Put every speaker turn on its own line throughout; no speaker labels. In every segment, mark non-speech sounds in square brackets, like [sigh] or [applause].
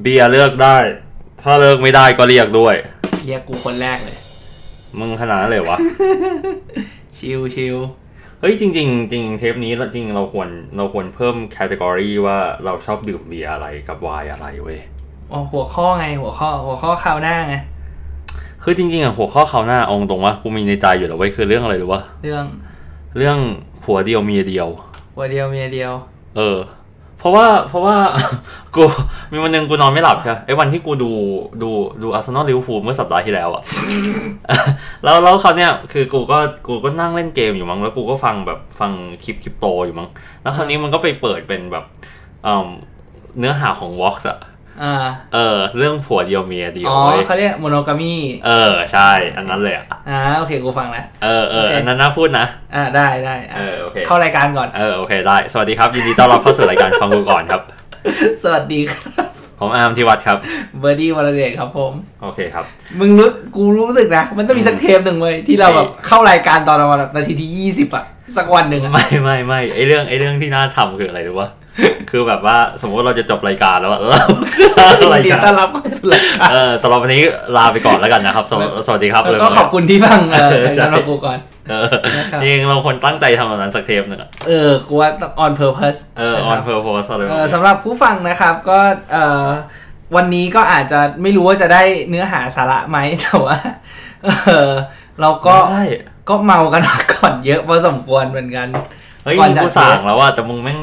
เบียร์เลือกได้ ถ้าเลือกไม่ได้ก็เรียกด้วย
เรียกกูคนแรกเลย
มึงขนาดนั้นเลยวะ
ชิวชิว
เฮ้ย จริง ๆ จริงเทปนี้เราจริงเราควรเราควรเพิ่มแคตตากรีว่าเราชอบดื่มเบียร์อะไรกับไวน์อะไรเว้ย
ๆอ๋อหัวข้อไงหัวข้อ หัวข้อคราวหน้าไง
คือจริงๆอะหัวข้อเขาวหน้าเองตรงว่ากูมีในใจอยู่แล้วเว้ยคือเรื่องอะไรรู้ปะ
เรื่อง
เรื่องผัวเดียวเมียเดียว
หัวเดียวเมียเดียว
เออ เพราะว่าเพราะว่า [laughs] กูมีวันหนึ่งกูนอนไม่หลับใช่ปะไอ้วันที่กูดูดูดูอาร์เซนอลลิเวอร์พูลเมื่อสัปดาห์ที่แล้ว
[laughs]
อะ แล้วแล้วคราวเนี้ยคือกูก็กูก็นั่งเล่นเกมอยู่มั้งแล้วกูก็ฟังแบบฟังคลิปคลิปโตอยู่มั้งแล้วคราวนี้มันก็ไปเปิดเป็นแบบเอิ่มเนื้อหาของวอล์กอะ
อ่า
เออ เรื่องผัวเดียวเมียเดียว
อ๋อ
เว้ย
เขาเรียกโมโนกามี
เออใช่ อันนั้นเลยอะ
อ่าโอเคกูฟังแล้ว
เออเออ
โอเค
อันนั้นน่าพูดนะ
อ่าได้ได้ะ
เออโอเค
เข้ารายการก่อน [laughs]
เออโอเคได้ สวัสดีครับ ยินดีต้อนรับเข้าสู่รายการฟังกูก่อนครับ
สวัสดีครับ
ผมอาร์มทิวัฒน์ครับ
เบอร์ดี้วรเดชครับผม
โอเคครับ
มึงรู้กูรู้สึกนะ มันต้องมีสักเทปหนึ่งเว้ยที่เราแบบเข้ารายการตอนประมาณแบบนาทีที่ยี่สิบอะสักวันหนึ่ง
[laughs]
อะ
ไม่ไม่ไม่ไอเรื่องไอเรื่องที่น่าทำคืออะไรรู้ปะคือแบบว่าสมมติเราจะจบรายการ
[laughs]
แล้วอะเรา
ยิ
ราน ย
ดี
การ
ต้อนรับเข้าสู่รายการ
เออสำหรับวันนี้ลาไปก่อนแล้วกันนะครับสวัสสวัสดีครับ
แล้วก็ขอบคุณที่ฟังเออ
เออใช่
สำหรับกูก่อน
เออ
นะครับ
จริงเราคนตั้งใจทำแบบนั้นสักเทปหนึ่งอะ
เออ กูว่า on purpose
เออ on purpose อะไร
เอ
แบ
อบ
นี้
สำหรับผู้ฟังนะครับก็เออวันนี้ก็อาจจะไม่รู้ว่าจะได้เนื้อหาสาระไหม [laughs] แต่ว่าเออเราก็
ได้
ก็เมากันมาก่อนเยอะพอสมควรเหมือนกัน
เฮ้ย
ก่อน
นี่
จะ
กูสั่งแล้วว่าแต่มึงแม่ง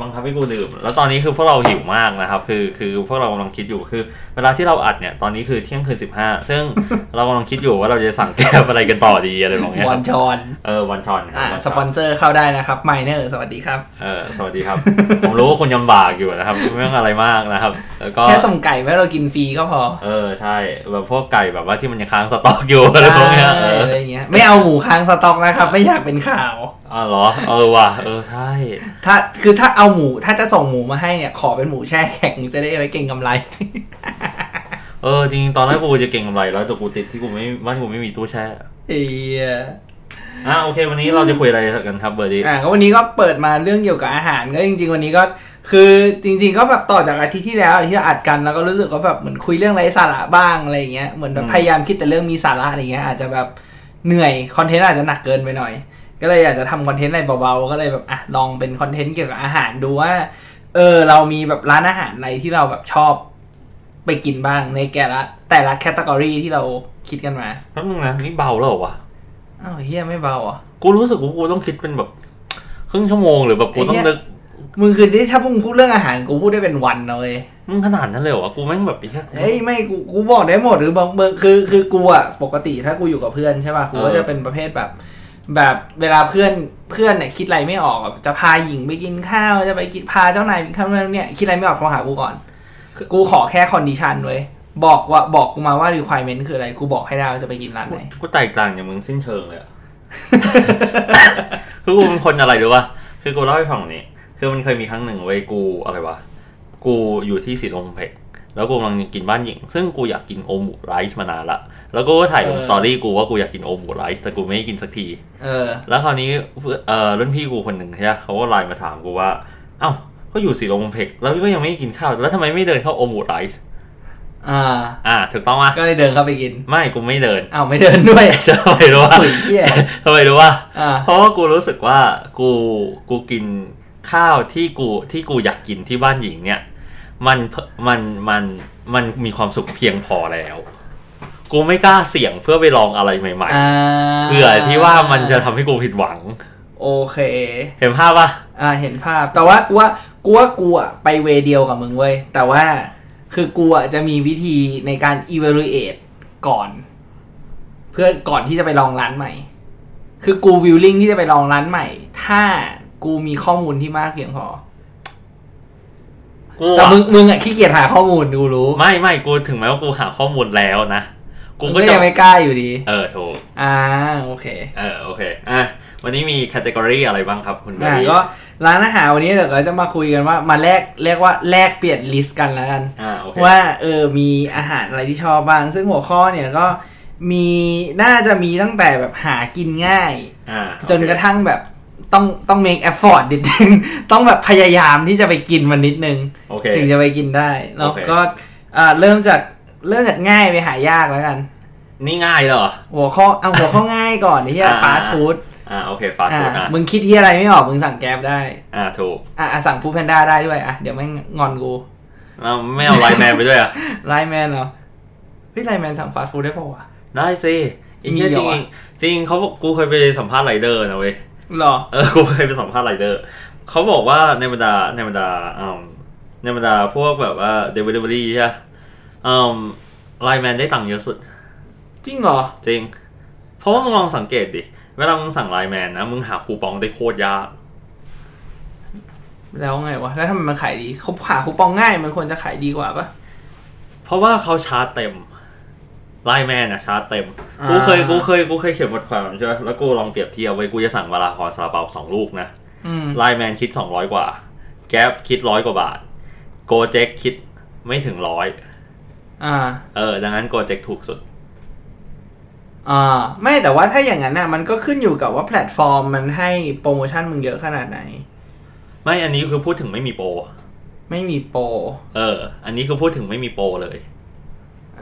บังคับให้กูดื่ม แล้วตอนนี้คือพวกเราหิวมากนะครับ คือคือพวกเรากำลังคิดอยู่คือ เวลาที่เราอัดเนี่ยตอนนี้คือเที่ยงคืนสิบห้าซึ่งเรากำลังคิดอยู่ว่าเราจะสั่งแก้วอะไรกันต่อดีอะไรแบบเนี้ย
บอลชอน
เออวันชอนครับ
อ่า
วันช
ส
อน
ปอนเซอร์เข้าได้นะครับไมเนอร์สวัสดีครับ
เออสวัสดีครับ ผมรู้ว่าคุณยำบากอยู่นะครับไม่ต้องอะไรมากนะครับ แล้วก็
แค่ส่งไก่ไว้เรากินฟรีก็พอ
เออใช่แบบพวกไก่แบบว่าที่มันยังค้างสต็อกอยู่อะไรพวกเนี้ยเอ
ได้
อ
อะไรเงี้ยไม่เอาหมูค้างสต็อกนะครับ ไม่อยากเป็นข่าว
อ๋อเหรอเออว่ะเออใช่
ถ้าคือถ้าเอาหมูถ้าจะส่งหมูมาให้เนี่ยขอเป็นหมูแช่แข็งจะได้เอาไว้เก่งกำไร [laughs]
เออจริงๆตอนแรกกูจะเก่งกำไรแล้วแต่กูติดที่กูไม่บ้านกูไม่มีตู้แช่
เอีย
อ่ะโอเค วันนี้เราจะคุยอะไรกันครับเบอร์ดี้
อ่าก็วันนี้ก็เปิดมาเรื่องเกี่ยวกับอาหารก็จริง ๆ วันนี้ก็คือจริง ๆ ก็แบบต่อจากอาทิตย์ที่แล้วที่เราอัดกันแล้วก็รู้สึกว่าแบบเหมือนคุยเรื่องไร้สาระบ้างอะไรอย่างเงี้ยเหมือนแบบพยายามคิดแต่เรื่องมีสาระอะไรเงี้ยอาจจะแบบเหนื่อยคอนเทนต์อาจจะหนักเกินไปหน่อย ก็เลยอยากจะทำคอนเทนต์อะไรเบาๆก็เลยแบบอ่ะลองเป็นคอนเทนต์เกี่ยวกับอาหารดูว่าเออเรามีแบบร้านอาหารอะไรที่เราแบบชอบไปกินบ้างในแกละแต่ละแคตตากรีที่เราคิดกันมา
แป๊บนึงนะนี่เบาแล้วเหรอวะ
อ้าวเฮียไม่เบาอ่ะ
กูรู้สึกว่ากูต้องคิดเป็นแบบ ครึ่งชั่วโมงหรือแบบกูต้องนึก
มึงคือที่ถ้าพวกมึงพูดเรื่องอาหารกูพูดได้เป็นวันนะเลย
มึงขนาดนั้นเลยเหรอวะกูแม่งแบบไอ้เหี้ย
เฮ้ยไม่กูกูบอกได้หมดหรือบางเบางคือคือกูอะปกติถ้ากูอยู่กับเพื่อนใช่ป่ะกูก็
เออ
จะเป็นประเภทแบบ แบบเวลาเพื่อนเพื่อนเนี่ยคิดอะไรไม่ออกอะจะพาหญิงไปกินข้าวจะไปกินพาเจ้านายไปกินข้าวเนี่ย คิดอะไรไม่ออกโทรหากูก่อนกูขอแค่คอนดิชันเว้ยบอกว่าบอกกูมาว่า requirement คืออะไรกูบอกให้ได้ว่าจะไปกินร้านไหน
กูแตกต่างจากมึงสิ้นเชิงเลยอะ [laughs] คือกูเป็นคนอะไรรู้ป่ะ คือกูเล่าให้ฟังแบบนี้ คือมันเคยมีครั้งหนึ่งไว้ยกูอะไรวะ กูอยู่ที่สีลมเพกแล้วกูกำลังกินบ้านหญิง ซึ่งกูอยากกินโอมูไรซ์มานานละ แล้วกูก็ถ่ายลงสตอรี่กูว่ากูอยากกินโอมูไรซ์แต่กูไม่ได้กินสักที
เออ
แล้วคราวนี้เอ่อรุ่นพี่กูคนหนึ่งใช่ปะเขาก็ไลน์มาถามกูว่า เอ้า ก็อยู่สีลมเพกแล้วก็ยังไม่ได้กินข้าว แล้วทำไมไม่เดินเข้าโอมูไรซ์
อ่า
อ่า ถูกต้องปะ
ก็เลยเดินเข้าไปกิน
ไม่ กูไม่เดิน [laughs]
อ้าวไม่เดินด้วย
ทำไมรู้ว่า
โอ้ยเหี้ย
ทำไมรู้ว่า
อ่า
เพราะว่ากูรู้สึกว่ากูกูกินข้าวที่กูที่กูอยากกินที่บ้านหญิงเนี่ย มันเพิ่มมันมันมันมีความสุขเพียงพอแล้ว กูไม่กล้าเสี่ยงเพื่อไปลองอะไรใหม่
อ่า
ๆเผื่อที่ว่ามันจะทำให้กูผิดหวัง
โอเค
เห็นภาพปะ
อ่าเห็นภาพแต่ว่ากูว่ากูว่ากูอะไปเวเดียวกับมึงเว้ยแต่ว่าคือกูอะจะมีวิธีในการ evaluate ก่อน เพื่อก่อนที่จะไปลองร้านใหม่ คือกูวิลลิงที่จะไปลองร้านใหม่ ถ้ากูมีข้อมูลที่มากเพียงพอ
กู
แต่
อะ
มึงมึงอะขี้เกียจหาข้อมูลกูรู้
ไม่ไม่กูถึงแม้ว่ากูหาข้อมูลแล้วนะ กู
มึง
ก็
ก็
จะ
ยังไม่กล้าอยู่ดี
เออถูก
อ่าโอเค
เออโอเคอ่ะวันนี้มีแคตตากรีอะไรบ้างครับคุณเบอ
อ่า
ร์รี่
ก็ร้านอาหารวันนี้เดี๋ยวเราจะมาคุยกันว่ามาแลกเรียกว่าแลกเปลี่ยนลิสต์กันแล้วกัน
อ่าโอเค
ว่าเออมีอาหารอะไรที่ชอบบ้าง ซึ่งหัวข้อเนี่ยก็มีน่าจะมีตั้งแต่แบบหากินง่าย
อ่าโอเค
จนกระทั่งแบบต้องต้อง make effort นิด [laughs] นึง ต้องแบบพยายามที่จะไปกินมันนิดนึง
โอเค
ถึงจะไปกินได้ แล้ว
โอเค
ก็ อ่าเริ่มจากเริ่มจากง่ายไปหายากแล้วกัน
นี่ง่ายเหรอ
หัวข้อเอาหัวข้อง่ายก่อนไอ้เหี้ย
อ่า
ฟาสต์ฟู้ด
อ่าโอเคฟาสต์
อ่า
ฟู้ดอ่ะ
มึงคิดเหี้ยอะไรไม่ออกมึงสั่งแก๊บได้
อ่าถูก
อ่ะอ่ะสั่งฟู้ดแพนด้าได้ด้วยอ่ะเดี๋ยวแม่งงอนกู [laughs]
แล้วไม่เอาไลน์แมนไปด้วยอ่ะ
ไลน์แมนเหรอเฮ้ยไลน์แมนสั่งฟาสต์ [laughs] ฟู้ดได้ป่าวะ
ได้สิไอีกเหี้ย
มีเห
จ
รอวะ
ริงๆจริงเขาบอกกูเคยไปสัมภาษณ์ไรเดอร์นะเว้ย
หรอ
เออกูเคยไปสัมภาษณ์ไรเดอร์ เขาบอกว่าในบรรดาในบรรดาอืมในบรรดาพวกแบบว่าเดลิเวอรี่ใช่ไหมอืมไลน์แมนได้ตังค์เยอะสุด
จริงเหรอ
จริง เพราะว่ามึงลองสังเกตดิ เวลามึงสั่งไลน์แมนนะ มึงหาคูปองได้โคตรยาก
แล้วไงวะ แล้วทำไมมันขายดีเขาหาคูปองง่ายมันควรจะขายดีกว่าปะ
เพราะว่าเขาชาร์จเต็มไลน์แมนอะชาร์จเต็ม
อ่ากู
กูเคยกูเคยกูเคยเขียนบทความใช่ไหมแล้วกูลองเปรียบเทียบไว้ยกูจะสั่งวาลาฮอนซาลาเปาสองลูกนะ
อืม
ไลน์แมนคิด 200 กว่า แก๊ปคิดร้อยกว่าบาท โกเจ็กคิดไม่ถึงร้อย
อ่า
เออ ดังนั้นโกเจ็กถูกสุด
อ่า ไม่แต่ว่าถ้าอย่างนั้นน่ะ มันก็ขึ้นอยู่กับว่าแพลตฟอร์มมันให้โปรโมชั่นมึงเยอะขนาดไหน
ไม่อันนี้คือพูดถึงไม่มีโปร
ไม่มีโปร
เออ อันนี้คือพูดถึงไม่มีโปรเลย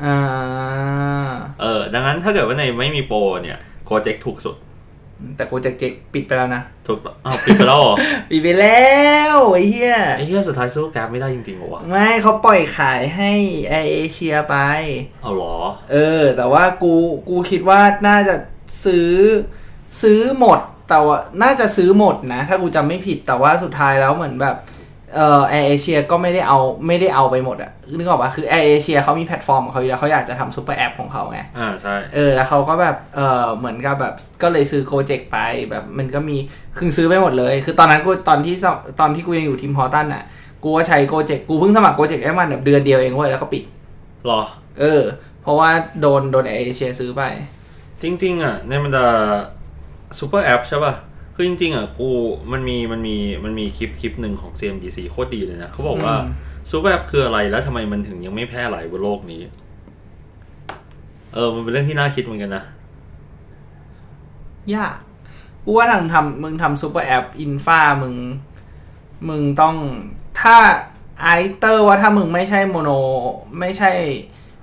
อ่า
เออ ดังนั้นถ้าเกิดว่าในไม่มีโปรเนี่ยโกเจ็กถูกสุด
แต่กูเจ๊กๆปิดไปแล้วนะ
ถูกต้องอ้าวปิดไปแล้วเหรอ
[laughs] ปิดไปแล้วไอ้เหี้ย
ไอ้เหี้ยสุดท้ายสู้แกร็บไม่ได้จริงๆเหรอวะ
ไม่เขาปล่อยขายให้ไอเอเชียไป
เอาเหรอ
เออ แต่ว่ากูกูคิดว่าน่าจะซื้อซื้อหมด แต่ว่าน่าจะซื้อหมดนะ ถ้ากูจำไม่ผิดแต่ว่าสุดท้ายแล้วเหมือนแบบเออแอร์เอเชียก็ไม่ได้เอาไม่ได้เอาไปหมดอะนึกออกปะคือแอร์เอเชียเขามีแพลตฟอร์มของเขาอยู่แล้วเขาอยากจะทำซูเปอร์แอปของเขาไง
อ่าใช่
เออแล้วเขาก็แบบเออเหมือนกับแบบก็เลยซื้อโคเจกไปแบบมันก็มีคือซื้อไปหมดเลย คือตอนนั้นกูตอนที่สอบตอนที่กูยังอยู่ทีมฮอตตันอ่ะกูก็ใช้โกเจกกูเพิ่งสมัครโกเจกได้มันแบบเดือนเดียวเองเว้ยแล้วก็ปิด
หรอ
เออ เพราะว่าโดนโดนแอร์เอเชียซื้อไป
จริงๆอ่ะในบรรดาซูเปอร์แอปใช่ป่ะ คือจริงๆอ่ะกูมันมีมันมีมันมีคลิปคลิปหนึ่งของ CNBC โคตรดีเลยนะเขาบอกว่า
อืม
ซูเปอร์แอปคืออะไรแล้วทำไมมันถึงยังไม่แพร่หลายบนโลกนี้ เออ มันเป็นเรื่องที่น่าคิดเหมือนกันนะ
ยากกูว่าทางทำมึงทำซูเปอร์แอปอินฟามึง มึงต้องถ้าไอเตอร์ว่าถ้ามึงไม่ใช่โมโนไม่ใช่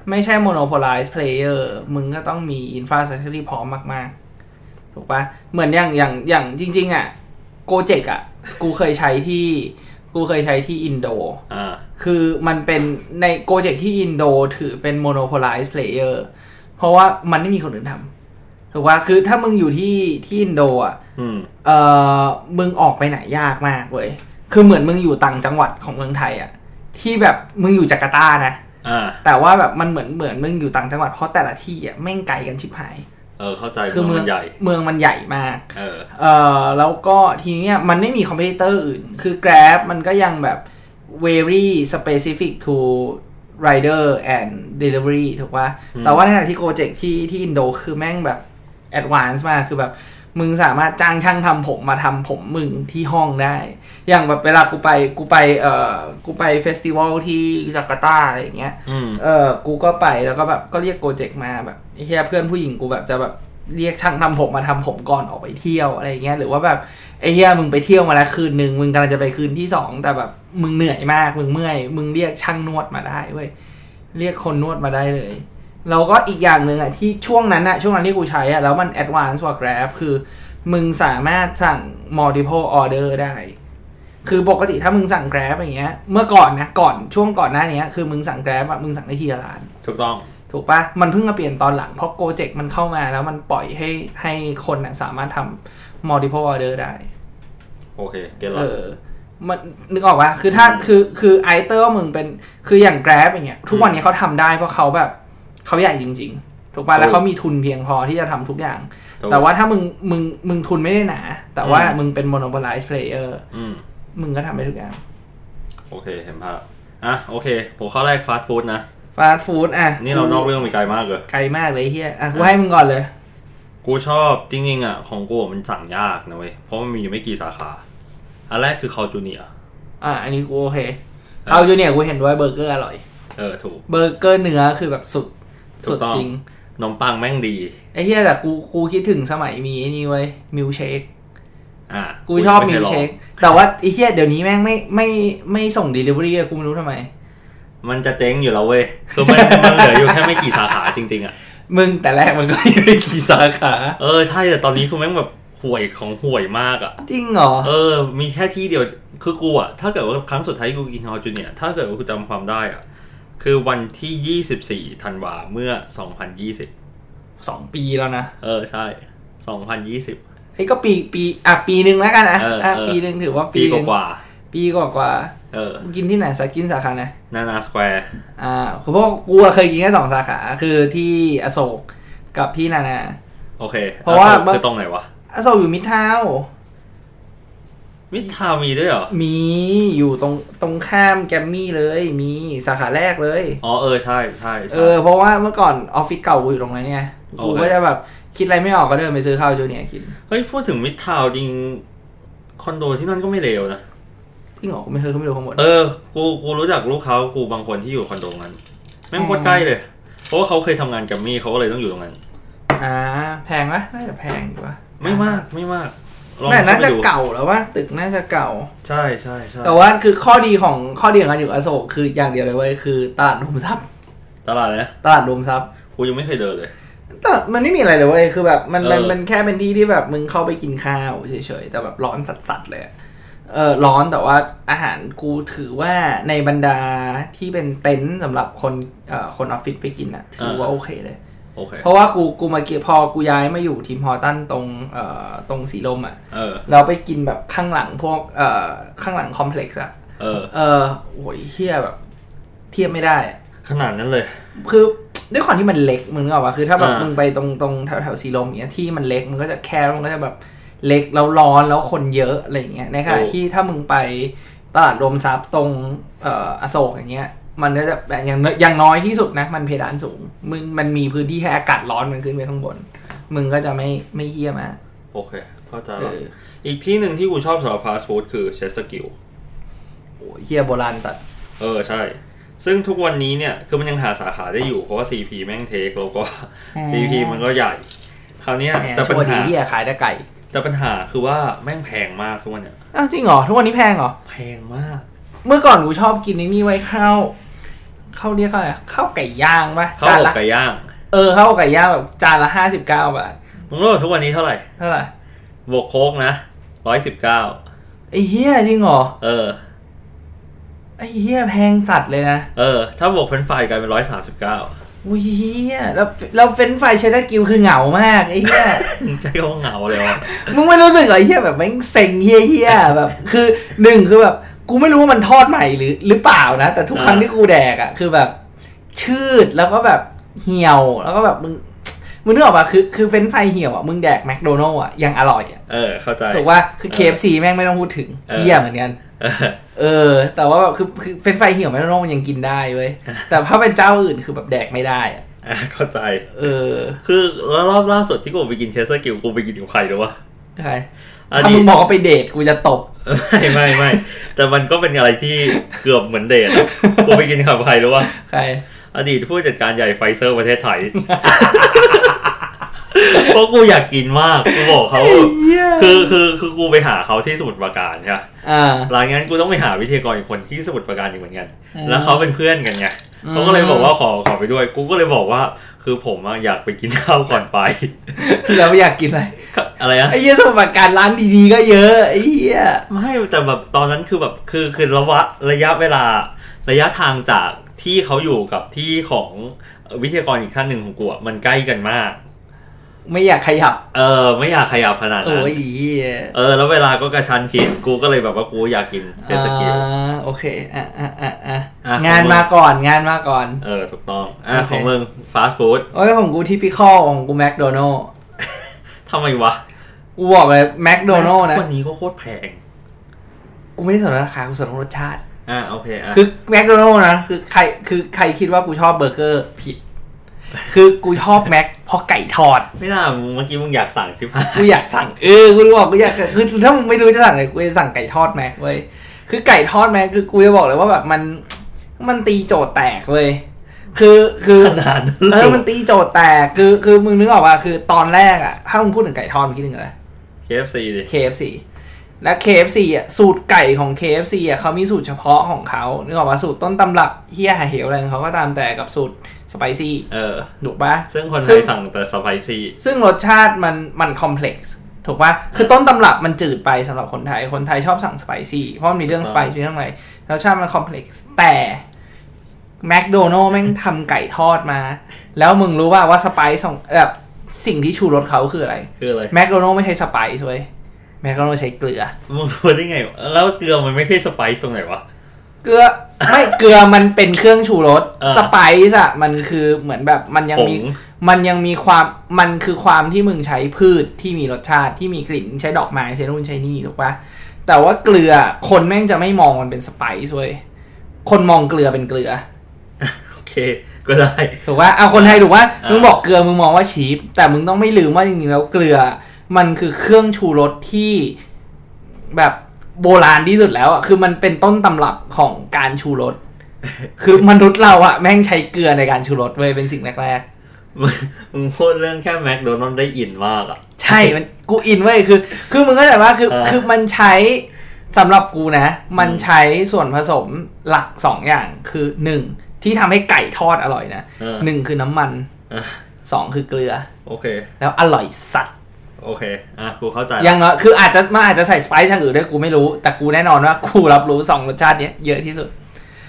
ไม่ใช่โมโนโพลา z ์เพลเยอร์มึงก็ต้องมีอินฟา r u ั t เ r อรี่พร้อมมาก ๆ ถูกปะเหมือนอย่างอย่างอย่างจริง ๆ อ่ะโกเจกอ่ะ กูเคยใช้ที่ กูเคยใช้ที่อินโด
อ่า
คือมันเป็นในโกเจกที่อินโดถือเป็นโมโนโพล i z ์เพลเยอร์เพราะว่ามันไม่มีคนอื่นทำถูกว่าคือถ้ามึงอยู่ที่ที่อินโดอ่ะ
อืม
เอ่อมึงออกไปไหนยากมากเว้ยคือเหมือนมึงอยู่ต่างจังหวัดของเมืองไทยอ่ะที่แบบมึงอยู่จาการ์ตานะ
อ่า
แต่ว่าแบบมันเหมือนเหมือนมึงอยู่ต่างจังหวัดเพราะแต่ละที่อ่ะแม่งไกลกันชิบหาย
เออ เข้าใจ
คือ
เมื
เมื
องมั
อง
นใหญ่
เมืองมันใหญ่มาก
เออ
เอ่อแล้วก็ทีเนี้ยมันไม่มีคอมเพ t เตอร์อื่น คือ Grab มันก็ยังแบบ very specific to rider and delivery ถูกปะ
อืม
แต่ว่าในขณะที่ Gojek ที่ที่อินโดคือแม่งแบบ advance มาก คือแบบ มึงสามารถจ้างช่างทำผมมาทำผมมึงที่ห้องได้ อย่างแบบเวลากูไปกูไปเอ่อกูไปเฟสติวัลที่จาการ์ตาอะไรอย่างเงี้ย
อืม
เออ กูก็ไปแล้วก็แบบก็เรียกโกเจกมาแบบไอ้เฮียเพื่อนผู้หญิงกูแบบจะแบบเรียกช่างทำผมมาทำผมก่อนออกไปเที่ยวอะไรอย่างเงี้ยหรือว่าแบบไอ้เฮียมึงไปเที่ยวมาแล้วคืนหนึ่งมึงกำลังจะไปคืนที่สองแต่แบบมึงเหนื่อยมากมึงเมื่อยมึงเรียกช่างนวดมาได้เว้ยเรียกคนนวดมาได้เลยเราก็อีกอย่างหนึ่งอะที่ช่วงนั้นอะช่วงนั้นที่กูใช้อะแล้วมันแอดวานซ์กว่า Grab คือ มึงสามารถสั่ง multiple order ได้ คือปกติถ้ามึงสั่ง Grab อย่างเงี้ย เมื่อก่อนนะ ก่อนช่วงก่อนหน้าเนี้ย คือมึงสั่ง Grab อะมึงสั่งได้ทีละร้าน
ถูกต้อง
ถูกปะมันเพิ่งมาเปลี่ยนตอนหลัง เพราะโกเจกมันเข้ามาแล้วมันปล่อยให้ให้คนน่ะสามารถทำ multiple order ได้
โอเค เก็ต
เอ
ละ
อ มันนึกออกปะคือถ้า
อืม
คือคือไอเตอร์มึงเป็น คืออย่าง Grab อย่างเงี้ย ทุกวัน
อืม
นี้เขาทำได้เพราะเขาแบบเขาใหญ่จริง ๆ ถูกปะ
ถูก
แล้วเขามีทุนเพียงพอที่จะทำทุกอย่าง
ถูก
แต่ว่าถ้ามึงมึงมึงทุนไม่ได้หนา แต่ว่า
อืม
มึงเป็น monopolized player
อืม
มึงก็ทำได้ทุกอย่าง
โอเค เห็นภาพ อ่ะ โอเคหัวข้อแรกฟาสต์ฟู้ดนะ
ฟาสต์ฟู้ดอ่ะ
นี่เรานอกเรื่องไปไกลมากเลย
ไกลมากเลยไอ้เฮียอ่ะกูให้มึงก่อนเลย
กูชอบจริงๆอ่ะของกูอะมันสั่งยากนะเว้ย เพราะมันมีอยู่ไม่กี่สาขา อันแรกคือคาจูเนีย
อ่ะอันนี้กูโอเคเขาอยู่เนี่ยกูเห็นด้วยเบอร์เกอร์อร่อย
เออถูก
เบอร์เกอร์เนื้อคือแบบสุด
ถู
สุ
ก
ด
ต้อง
จริง
นมปังแม่งดี
ไอ้เฮียแต่กูกูคิดถึงสมัยมีไอ้นี่เว้ยมิลเชค
อ่ะ
กูชอบ
ยัง
มิ
ไคยล
ล
อง
เชคแต่ว่าไอ้เฮียเดี๋ยวนี้แม่งไม่ไม่ไม่ส่ง delivery อะกูไม่รู้ทำไม
มันจะเจ๊งอยู่แล้วเว้ยคือมัน [laughs] มันเหลืออยู่แค่ไม่กี่สาขาจริงๆอ่ะ
มึงแต่แรกมันก็อยู่ไม่กี่สาขา
เออใช่แต่ตอนนี้คือแม่งแบบห่วยของห่วยมากอ่ะ
จริงเหรอ
เออ มีแค่ที่เดียว คือกูอะถ้าเกิดว่าครั้งสุดท้ายที่กูกินฮอจูเนียร์ถ้าเกิดว่ากูจำความได้อะคือวันที่ 24 ธันวาเมื่อ 2020
สองปีแล้วนะ
เออ ใช่ 2020
ไอ้ยก็ปีปีอ่ะปีหนึ่งแล้วกันนะ
เออเอออ่
อ่ะปีหนึ่งถือว่า
ปี
ปี
กว่า
ปีกว่ากว่า
ๆเออ
ๆกินที่ไหนสากินสาขาไหน
นานาสแควร์
อ่าคือเพราะกูอะเคยกินแค่สองสาขา คือที่อโศกกับที่นานา
โอเค
เพราะว่า
อโศก
เมื่อ
คือตรงไหนวะ
อโศกอยู่มิดทาวน์
มิตรทาวน์มีด้วยเหรอ
มีอยู่ตรงตรงข้ามแกรมมี่เลยมีสาขาแรกเลย
อ๋อ เออ ใช่ใช่
เอ
ใช่
อเพราะว่าเมื่อก่อนออฟฟิศเก่ากูอยู่ตรงนั้นเนี่ย
โอเค
กูก็จะแบบคิดอะไรไม่ออกก็เดินไปซื้อข้าวจูเนียร์กิน
เฮ้ย พูดถึงมิตรทาวน์จริง คอนโดที่นั่นก็ไม่เลวนะ
จริงเหรอกูไม่เคยกูไม่รู้ข้างบน
เออ กู กูรู้จักลูกเขากูบางคนที่อยู่คอนโดนั้น แม่งโคตรใกล้เลย เพราะว่าเขาเคยทำงานแกับมี่เขาก็เลยต้องอยู่ตรงนั้น
อ่าแพงปะน่าจะแพงอยู่ปะ
ไม่มากไม่มากลอง
น่า
เข้า
น่า
ไป
จะ
ดู
เก่าแล้วว่าตึกน่าจะเก่า
ใช่ใช่ใช่
แต่ว่าคือข้อดีของข้อดีของการอยู่อโศกคืออย่างเดียวเลยเว้ยคือตลาดรวมทรัพย์
ตลาดเนี้ย
ตลาดรวมทรัพย์
กูยังไม่เคยเดินเลย
แต่มันไม่มีอะไรเลยเว้ยคือแบบมันมัน
เออ
มันแค่เป็นที่ที่แบบมึงเข้าไปกินข้าวเฉยๆแต่แบบร้อนสัดๆเลยอะเออร้อนแต่ว่าอาหารกูถือว่าในบรรดาที่เป็นเต็นท์สำหรับคนเอ่อคนออฟฟิศไปกินอะถือว่าโอเคเลย
โอเค
เพราะว่ากูกูมาเก็บพอกูย้ายมาอยู่ทีมฮอตันตรงเอ่อตรงสีลมอะ
เออ
เราไปกินแบบข้างหลังพวกเอ่อข้างหลังคอมเพล็กซ์อะ
เออ
เออโอ้ยเทียแบบ เทียบไม่ได้อะ
ขนาดนั้นเลย
คือด้วยความที่มันเล็กมึงนึกออกปะคือถ้าแบบ
อ่ามึ
มึงไปตรงตรงแถวแถวสีลมเนี้ยที่มันเล็กมันก็จะแคบมันก็จะแบบเล็กแล้วร้อนแล้วคนเยอะอะไรอย่างเงี้ยในขณะที่ถ้ามึงไปตลาดรวมทรัพย์ตรงเอ่ออโศกอย่างเงี้ย มันก็จะแบบอย่างอย่างน้อยที่สุดนะ มันเพดานสูง มึงมันมีพื้นที่ให้อากาศร้อนมันขึ้นไปข้างบน มึงก็จะไม่ไม่เฮี้ยมาก
โอเคเข้าใจ
เอ
ละ
อ
อีกที่หนึ่งที่กูชอบสำหรับฟาสต์ฟู้ดคือเชสเตอร์กิล
โอ้ยเฮี้ยโบราณสัตว์
เออ ใช่ ซึ่งทุกวันนี้เนี่ย คือมันยังหาสาขาได้อยู่ เพราะว่า CP แม่งเทคแล้วก็ CP มันก็ใหญ่ คราวเนี้ย
แหม
แต่ปัญ
โชว์ดี
หา
ที่ขายแต่ไก่
แต่ปัญหาคือว่าแม่งแพงมากทุกวันเนี่ย
อ้าวจริงเหรอ ทุกวันนี้แพงเหรอ
แพงมาก
เมื่อก่อนกูชอบกินไอ้นี่ไว้ข้าวข้าวเรียกอะไรข้าวไก่ย่างปะ
เขา
จาน
บอก
ละ
ไก่ย่าง
เออข้าวไก่ย่างแบบจานละห้าสิบเก้าบาท
มึงรู้ว่าทุกวันนี้เท่าไหร่
เท่าไหร่
บวกโค้กนะร้อยสิบเก้า
ไอ้เหี้ยจริงเหรอ
เออ
ไอ้เหี้ยแพงสัตว์เลยนะ
เออ ถ้าบวกเฟรนช์ฟรายกลายเป็นร้อยสามสิบเก้า
อุ้ยเหี้ยแล้วแล้วเฟรนช์ฟรายเชดดาร์กิวคือเหงามากไอ้เหี้ย
ใช้คำว่าเหงาเลยวะ
มึงไม่รู้สึกเหรอไอ้เหี้ยแบบแม่งเซ็งเหี้ยเหี้ยแบบคือหนึ่งคือแบบกูไม่รู้ว่ามันทอดใหม่หรือหรือเปล่านะ แต่ทุกครั้งที่กูแดกอ่ะคือแบบชืดแล้วก็แบบเหี่ยวแล้วก็แบบมึงมึงนึกออกป่ะคือคือเฟรนช์ฟรายเหี่ยวอ่ะมึงแดกแมคโดนัลล์อ่ะยังอร่อยอ่ะ
เออ เข้าใจ
ถูกว่าคือเคฟซีแม่งไม่ต้องพูดถึง
เออ
เหี้ยเหมือนกัน
เออ
เออ แต่ว่าแบบคือคือเฟรนช์ฟรายเหี่ยวแมคโดนัลล์มันยังกินได้เว้ย
[laughs]
แต่ถ้าเป็นเจ้าอื่นคือแบบแดกไม่ได้อ่ะ
อ่ะเข้าใจ
เออ
คือแล้วรอบล่าสุดที่กูไปกินเชสเตอร์กิลกูไปกินกับใครรู้ปะ
ใช่
อัน
ถ้า
นี้
มึงบอกว่าไปเดทกูจะตบ
ไม่ไม่ไม่แต่มันก็เป็นอะไรที่เกือบเหมือนเดทอะกูไปกินกับใครรู้ปะ
ใคร
อดีตผู้จัดการใหญ่ไฟเซอร์ประเทศไทย [laughs] เพราะกูอยากกินมากกูบอกเขาคือคือคือกูไปหาเขาที่สมุทรปราการใช่ปะ
อ่า
หลังจากนั้นกูต้องไปหาวิทยากรอีกคนที่สมุทรปราการอีกเหมือนกัน
อืม
แล้วเขาเป็นเพื่อนกันไง
อืม
เขาก็เลยบอกว่าขอขอไปด้วย กูก็เลยบอกว่า คือผมอะอยากไปกินข้าวก่อนไป [laughs]
แล้วอยากกินอะไร
อะไรอะ
ไอ้เหี้ยสมบัติการร้านดีๆก็เยอะไอ้เหี้ย
ไม่แต่แบบตอนนั้นคือแบบคือคือระวะระยะเวลา ระยะทางจากที่เขาอยู่กับที่ของวิทยากรอีกท่านหนึ่งของกูอะมันใกล้กันมาก
ไม่อยากขยับ
เออ ไม่อยากขยับขนาด
โอ้
นั้น
ยไอ้เหี้ย
เออ แล้วเวลาก็กระชันชิดกูก็เลยแบบว่ากูอยากกินเทสกิล
อ่าโอเคอ่ะอ่ะอ่ะอ่ะ
อ่ะ
งานมาก่อนงานมาก่อน
เออถูกต้องอ่ะ
โอเค
ของมึงฟาสต์ฟู้ด
โอ้ยของกูที่พิคอของกูแมคโดนัล
ทำไมวะ
กูบอกเลยแมคโดนัลนะ
วันนี้ก็โคตรแพง
กูไม่ได้สนราคากูสนรสชาติ
อ่าโอเคอ่ะ
คือแมคโดนัลนะคือใครคือใครคิดว่ากูชอบเบอร์เกอร์ผิด คือกูชอบแม็กเพราะไก่ทอด
ไม่น่ามึงเมื่อกี้มึงอยากสั่งใช่ไหม
[laughs] กูอยากสั่งเออกูรู้บอกกูอยากคือถ้ามึงไม่รู้จะสั่งอะไรกูจะสั่งไก่ทอดแม็กเว้ยคือไก่ทอดแม็กคือกูจะบอกเลยว่าแบบมันมันตีโจทย์แตกเว้ยคือคือ
ขนาดนั้น
เอ
เลย
อมันตีโจทย์แตกคือคือมึงนึกออกป่ะคือตอนแรกอะถ้ามึงพูดถึงไก่ทอดมึงคิดถึงอะไร
เคฟซีดิ
KFC และ KFC อ่ะสูตรไก่ของ KFC อ่ะเขามีสูตรเฉพาะของเขานึกออกปะสูตรต้นตำรับเฮียหาเหวอะไรของเขาก็ตามแต่กับสูตรสไปซี่
เออ
ถูกปะ
ซึ่งคนไท
ซึ่ง
ยสั่งแต่สไปซี่
ซึ่งรสชาติมันมันคอมเพล็กซ์ถูกปะคือต้นตำรับมันจืดไปสำหรับคนไทย คนไทยชอบสั่งสไปซี่เพราะมันมีเรื่อง
อ่า
สไปซี่เรื่องอะไรรสชาติมันคอมเพล็กซ์แต่แมคโดนัลแม่งทำไก่ทอดมา แล้วมึงรู้ว่าว่าสไปซ์ของแบบสิ่งที่ชูรสเขาคืออะไร
คืออะไร
แมคโดนัลไม่ใช่สไปซ์เว้ยแมคโดนัลใช้เกลือ
มึงรู้ได้ไงวะแล้วเกลือมันไม่ใช่สไปซ์ตรงไหนวะ
เกลือ ไม่เกลือมันเป็นเครื่องชูรส
เออ
สไปซ์อะมันคือเหมือนแบบมันยัง
ผ
มี
ง
มันยังมีความมันคือความที่มึงใช้พืชที่มีรสชาติที่มีกลิ่นใช้ดอกไม้ใช้นู่นใช้นี่ถูกปะแต่ว่าเกลือคนแม่งจะไม่มองมันเป็นสไปซ์เว้ยคนมองเกลือเป็นเกลือ
โอเค ก็ได้ [laughs]
ถูกปะเอาคนไทยถูกปะ
อ่ามึ
มึงบอกเกลือมึงมองว่าชีพแต่มึงต้องไม่ลืมว่าจริงๆแล้วเกลือ มันคือเครื่องชูรสที่แบบโบราณที่สุดแล้วอ่ะคือมันเป็นต้นตำรับของการชูรสคือมนุษย์เราอ่ะแม่งใช้เกลือในการชูรสเว้ยเป็นสิ่งแรกๆ
มึงมึงพูดเรื่องแค่แมคโดนัลด์ได้อินมากอ่ะ
ใช่ มันกูอินเว้ย คือ คือมึงเข้าใจว่าคือ
เออ
คือมันใช้สำหรับกูนะ มันใช้ส่วนผสมหลักสองอย่าง คือหนึ่งที่ทำให้ไก่ทอดอร่อยนะ
เออ
หนึ่งคือน้ำมัน
เออ
สองคือเกลือ
โอเค
แล้วอร่อยสัตว์
โอเค อ่ะกูเข้าใจ
ยังเนาะคืออาจจะมันอาจจะใส่สไปซ์ทางอื่นด้วยกูไม่รู้ แต่กูแน่นอนว่ากูรับรู้สองรสชาติเนี้ยเยอะที่สุด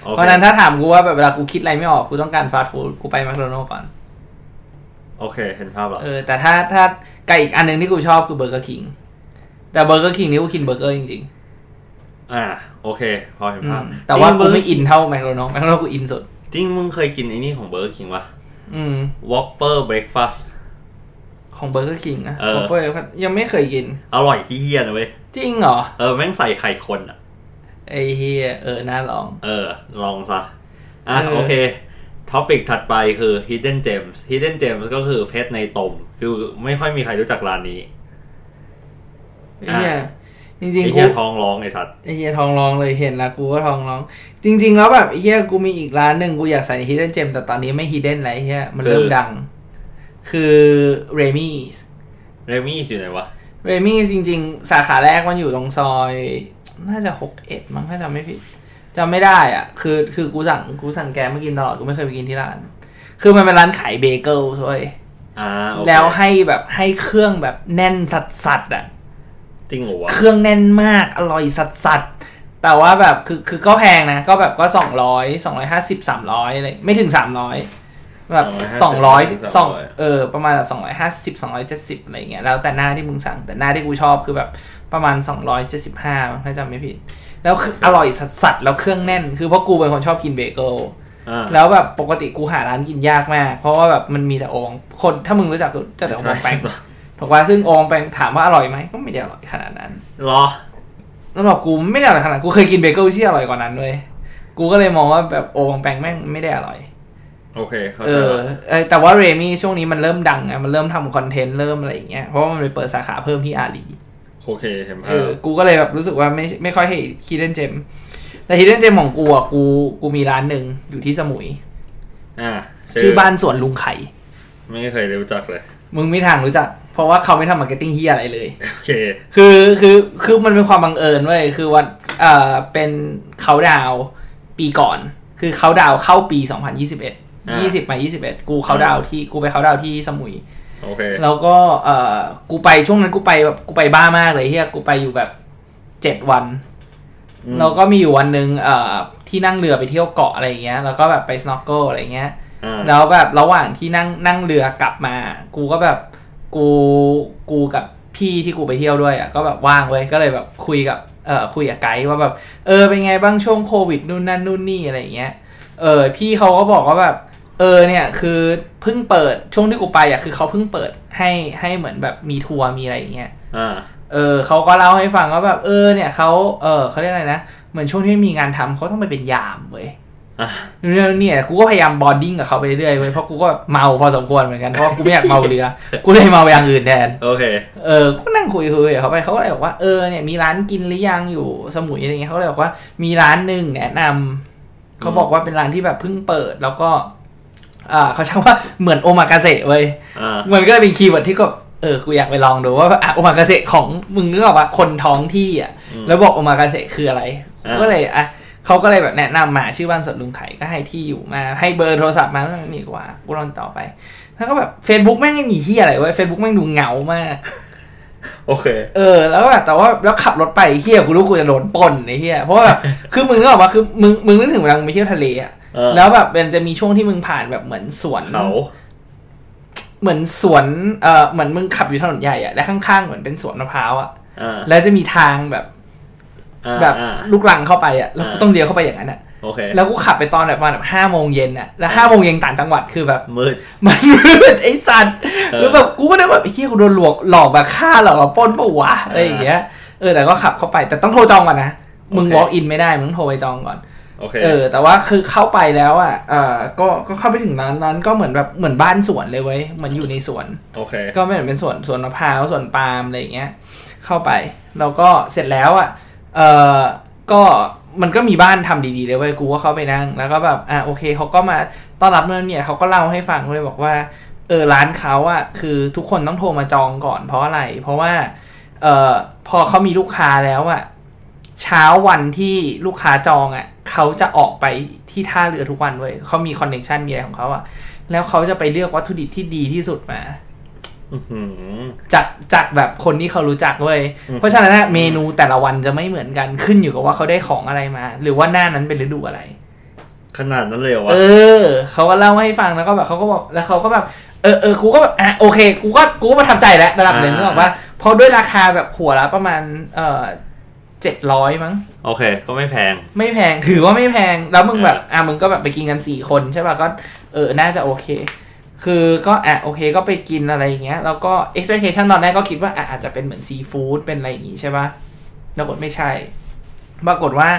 โอ
เพ
เค
ราะฉะนั้นถ้าถามกูว่าแบบเวลากูคิดอะไรไม่ออก กูต้องการฟาสต์ฟู้ด กูไปแมคโดนัลด์ก่อน
โอเค เห็นภาพละ
เออ แต่ถ้าถ้าไก่อีกอันหนึงที่กูชอบคือเบอร์เกอร์คิง แต่เบอร์เกอร์คิงนี่กูกินเบอร์เกอร์จริงๆ
อ่ะโอเค พอเห็นภาพ
แต่ว่ากู
จริงง
ไม่อินเท่าแมคโดนัลด์แมคโดนัลด์กูอินสุด
จริงมึงเคยกินไอ้นี่ของเบอร์คิงปะ
อืม
วอปเปอร์เบรคฟาส
ของเบอร์เกอร์คิงนะ
เออ
เปอร์ยังไม่เคยกิน
อร่อยที่เฮียนะเว้ย
จริงเหรอ
เออ แม่งใส่ไข่คนอ่ะ
ไอ้เฮียเออ น่าลอง
เออ ลองซะ อ่ะ
เออ
โอเค ท็อปิกถัดไปคือ Hidden Gems Hidden Gems ก็คือเพชรในตม คือไม่ค่อยมีใครรู้จักร้านนี้
ไอ้เฮีย
อ่ะ
จริง
ไอ้
ๆกู
เฮียท้องร้องไอ้สัตว์
ไอ้เฮียทองร้องเลยเห็นละกูก็ทองร้อง จริง ๆ แล้วแบบไอ้เฮียกูมีอีกร้านหนึ่งกูอยากใส่ฮิดเด้นเจมแต่ตอนนี้ไม่ฮิดเด้นแล้วไอ้เฮียมันเริ่มดัง คือเรมี่
เรมี่อยู่ไหนวะ
เรมี่จริง ๆ สาขาแรกมันอยู่ตรงซอย น่าจะหกเอ็ดมั้งถ้าจำไม่ผิดจำไม่ได้อ่ะ คือคือกูสั่งกูสั่งแกมากินตลอดกูไม่เคยไปกินที่ร้าน คือมันเป็นร้านขายเบเกิลเว้ย
อ่าโอเค
แล้วให้แบบให้เครื่องแบบแน่นสัดสัดๆอ่ะ
จริงเหรอวะ
เครื่องแน่นมากอร่อยสัดสัดๆแต่ว่าแบบคือคือก็แพงนะ ก็แบบก็สองร้อยสองร้อยห้าสิบสามร้อยอะไรไม่ถึงสามร้อยแบบสองร้อย
250
สองเออประมาณสองร้อยห้าสิบสองร้อยเจ็ดสิบอะไรเงี้ยแล้วแต่หน้าที่มึงสั่งแต่หน้าที่กูชอบคือแบบประมาณสองร้อยเจ็ดสิบห้าถ้าจำไม่ผิด แล้วคืออร่อยสัดสัดๆแล้วเครื่องแน่น คือเพราะกูเป็นคนชอบกินเบเกิล
อ่า
แล้วแบบปกติกูหาร้านกินยากมาก เพราะว่าแบบมันมีแต่โองคนถ้ามึงรู้จักรู้จักแต่โองแปง
ใช่
ถูกว่าซึ่งโองแปงถามว่าอร่อยไหมก็ไม่ได้อร่อยขนาดนั้น
รอ
สำหรับกูไม่ได้อร่อยขนาดกูเคยกินเบเกิลที่อร่อยกว่านั้นเลยกูก็เลยมองว่าแบบโองแปงแม่งไม่ได้อร่อย
โอเค เข้า
เอ
ใจ
อ
ละ
เออแต่ว่าเรมี่ช่วงนี้มันเริ่มดังไงมันเริ่มทำคอนเทนต์เริ่มอะไรอย่างเงี้ยเพราะว่ามันไปเปิดสาขาเพิ่มที่อาลี
โอเค เห็น
เอ
ภา
อ
พ
กูก็เลยแบบรู้สึกว่าไม่ไม่ค่อยให้คิดเล่นเจม แต่คิดเล่นเจมของกูอ่ะกูกูมีร้านหนึ่งอยู่ที่สมุย
อ่า
ชื่อบ้านสวนลุงไข่
ไม่เคยรู้จักเลย [laughs]
มึงไม่ทางรู้จัก เพราะว่าเขาไม่ทำมาร์เก็ตติ้งเฮียอะไรเลย
โอเค
คือคือคือมันเป็นความบังเอิญเว้ยคือวันเอ่อเป็นเขาดาวน์ปีก่อน คือเขาดาวน์เข้าปี 2021
อ่า
20มา21 กูเขาดาวน์ที่กูไปเขาดาวน์ที่สมุย
โอเค
แล้วก็เอ่อกูไปช่วงนั้นกูไปแบบกูไปบ้ามากเลยเฮียกูไปอยู่แบบเจ็ดวัน
อืม
แล้วก็มีอยู่วันหนึ่งเอ่อที่นั่งเรือไปเที่ยวเกาะอะไรอย่างเงี้ย แล้วก็แบบไปสโนว์เกิลอะไรอย่างเงี้ย
อ่า
แล้วแบบระหว่างที่นั่งนั่งเรือกลับมา กูก็แบบกูกูกับพี่ที่กูไปเที่ยวด้วยอ่ะก็แบบว่างเว้ยก็เลยแบบคุยกับเออคุยกับไกด์ว่าแบบเออเป็นไงบ้างช่วงโควิดนู่นนั่นนู่นนี่อะไรอย่างเงี้ยเออพี่เขาก็บอกว่าแบบเออเนี่ยคือเพิ่งเปิดช่วงที่กูไปอ่ะคือเขาเพิ่งเปิดให้ให้เหมือนแบบมีทัวร์มีอะไรอย่างเงี้ย
อ่า
เออเขาก็เล่าให้ฟังว่าแบบเออเนี่ยเขาเออเขาเรียกอะไรนะ เหมือนช่วงที่ไม่มีงานทำเขาต้องไปเป็นยามเว้ย
อ่ะ
เนี่ยเนี่ยกูก็พยายามบอดดิ้งกับเขาไปเรื่อยๆเว้ยเพราะกูก็เมาพอสมควรเหมือนกันเพราะกูไม่อยากเมาเรือ [laughs] กูเลยเมาอย่างอื่นแทน
โอเค
เออก็นั่งคุยคุยกับเขาไปเขาก็เลยบอกว่าเออเนี่ยมีร้านกินหรือยังอยู่สมุยอะไรเงี้ยเขาเลยบอกว่ามีร้านหนึ่งแนะนำเขาบอกว่าเป็นร้านที่แบบเพิ่งเปิดแล้วก็อ่าเขาใช้ว่าเหมือนโอมากาเสะเว้ย
อ่า
[laughs] มันก็เลยเป็นคีย์เวิร์ดที่ก็เออ กูอยากไปลองดูว่าอ่ะโอมากาเสะของมึงนึกออกปะคนท้องที่อ่ะ
อืม
แล้วบอกโอมากาเสะคืออะไร
อ่า
ก็เลยอ่ะเขาก็เลยแบบแนะนำมาชื่อบ้านสดลุงไข่ก็ให้ที่อยู่มาให้เบอร์โทรศัพท์มาแล้วนี่ดีกว่ากูรอนต่อไป แล้วก็แบบ Facebook แม่งไม่มีที่อะไรเว้ย Facebook แม่งดูเหงามาก
โอเค
เออแล้วแบบแต่ว่าแล้วขับรถไปเฮียกูรู้กูจะโดนปล้นไอ้เฮียเพราะว่าแบบ [laughs] คือมึงนึกออกปะคือมึงมึงนึกถึงเวลามึงไปเที่ยวทะเลอะ
เออ
แล้วแบบมันจะมีช่วงที่มึงผ่านแบบเหมือนสวน
เขา
เหมือนสวนเออเหมือนมึงขับอยู่ถนนใหญ่อะและข้างๆเหมือนเป็นสวนมะพร้าวอะ
อ่า
แล้วจะมีทางแบบ
อ่า
แบบ
อ่า
ลูกลังเข้าไปอะแล้วกู
อ่า
ต้องเลี้ยวเข้าไปอย่างนั้นอะ
โอเค
แล้วกูขับไปตอนแบบประมาณแบบห้าโมงเย็นอะแล้วห้าโมงเย็นต่างจังหวัดคือแบบ [laughs]
มืด
มันมืดไอ้สัตว์
เออ
แล้วแบบกูก็นึกว่าไอ้เหี้ยกูโดนหลอกหลอกแบบฆ่าหลอกแบบปล้นปะวะอะไรอย่างเงี้ยเออแต่ก็ขับเข้าไปแต่ต้องโทรจองก่อนนะ มึง walk in ไม่ได้ มึงโทรไปจองก่อน
โอเค
เออ แต่ว่าคือเข้าไปแล้วอ่ะเออก็ก็เข้าไปถึงร้านนั้นก็เหมือนแบบเหมือนบ้านสวนเลยเว้ยเหมือนอยู่ในสวน
โอเค
ก็ไม่เหมือนเป็นสวนสวนมะพร้าวสวนปาล์มอะไรอย่างเงี้ย เข้าไปแล้วก็เสร็จแล้วอ่ะเออก็มันก็มีบ้านทำดีๆเลยเว้ยกูก็เข้าไปนั่ง แล้วก็แบบอ่ะโอเคเขาก็มาต้อนรับนั่นเนี่ยเขาก็เล่าให้ฟังเลยบอกว่าเออร้านเขาอ่ะคือทุกคนต้องโทรมาจองก่อนเพราะอะไร เพราะว่าเออพอเขามีลูกค้าแล้วอ่ะเช้าวันที่ลูกค้าจองอ่ะเขาจะออกไปที่ท่าเรือทุกวันเว้ยเขามีคอนเนคชันมีอะไรของเขาอ่ะแล้วเขาจะไปเลือกวัตถุดิบที่ดีที่สุดมา
อื้อหือ
จากจากแบบคนที่เขารู้จักเว้ย
อืม
เพราะฉะนั้นน่ะเมนูแต่ละวันจะไม่เหมือนกันขึ้นอยู่กับว่าเขาได้ของอะไรมา หรือว่าหน้านั้นเป็นฤดูอะไร
ขนาดนั้นเลยเหรอวะ
เออเขาก็เล่าให้ฟังแล้วก็แบบเขาก็บอกแล้วเขาก็แบบเออเออกูก็แบบอ่ะโอเคกูก็กูก็ประทับใจแล้วระดับหนึ่งนึกออกว่าเพราะด้วยราคาแบบขวดละประมาณเออเจ็ดร้อยมั้ง
โอเค ก็ไม่แพง
ไม่แพงถือว่าไม่แพงแล้วมึงแบบ
เออ
อ่ะมึงก็แบบไปกินกันสี่คนใช่ป่ะก็เออน่าจะโอเค คือก็อ่ะโอเคก็ไปกินอะไรอย่างเงี้ยแล้วก็ expectation ตอนแรกก็คิดว่าอ่ะอาจจะเป็นเหมือนซีฟู้ดเป็นอะไรอย่างงี้ใช่ป่ะปรากฏไม่ใช่ปรากฏว่า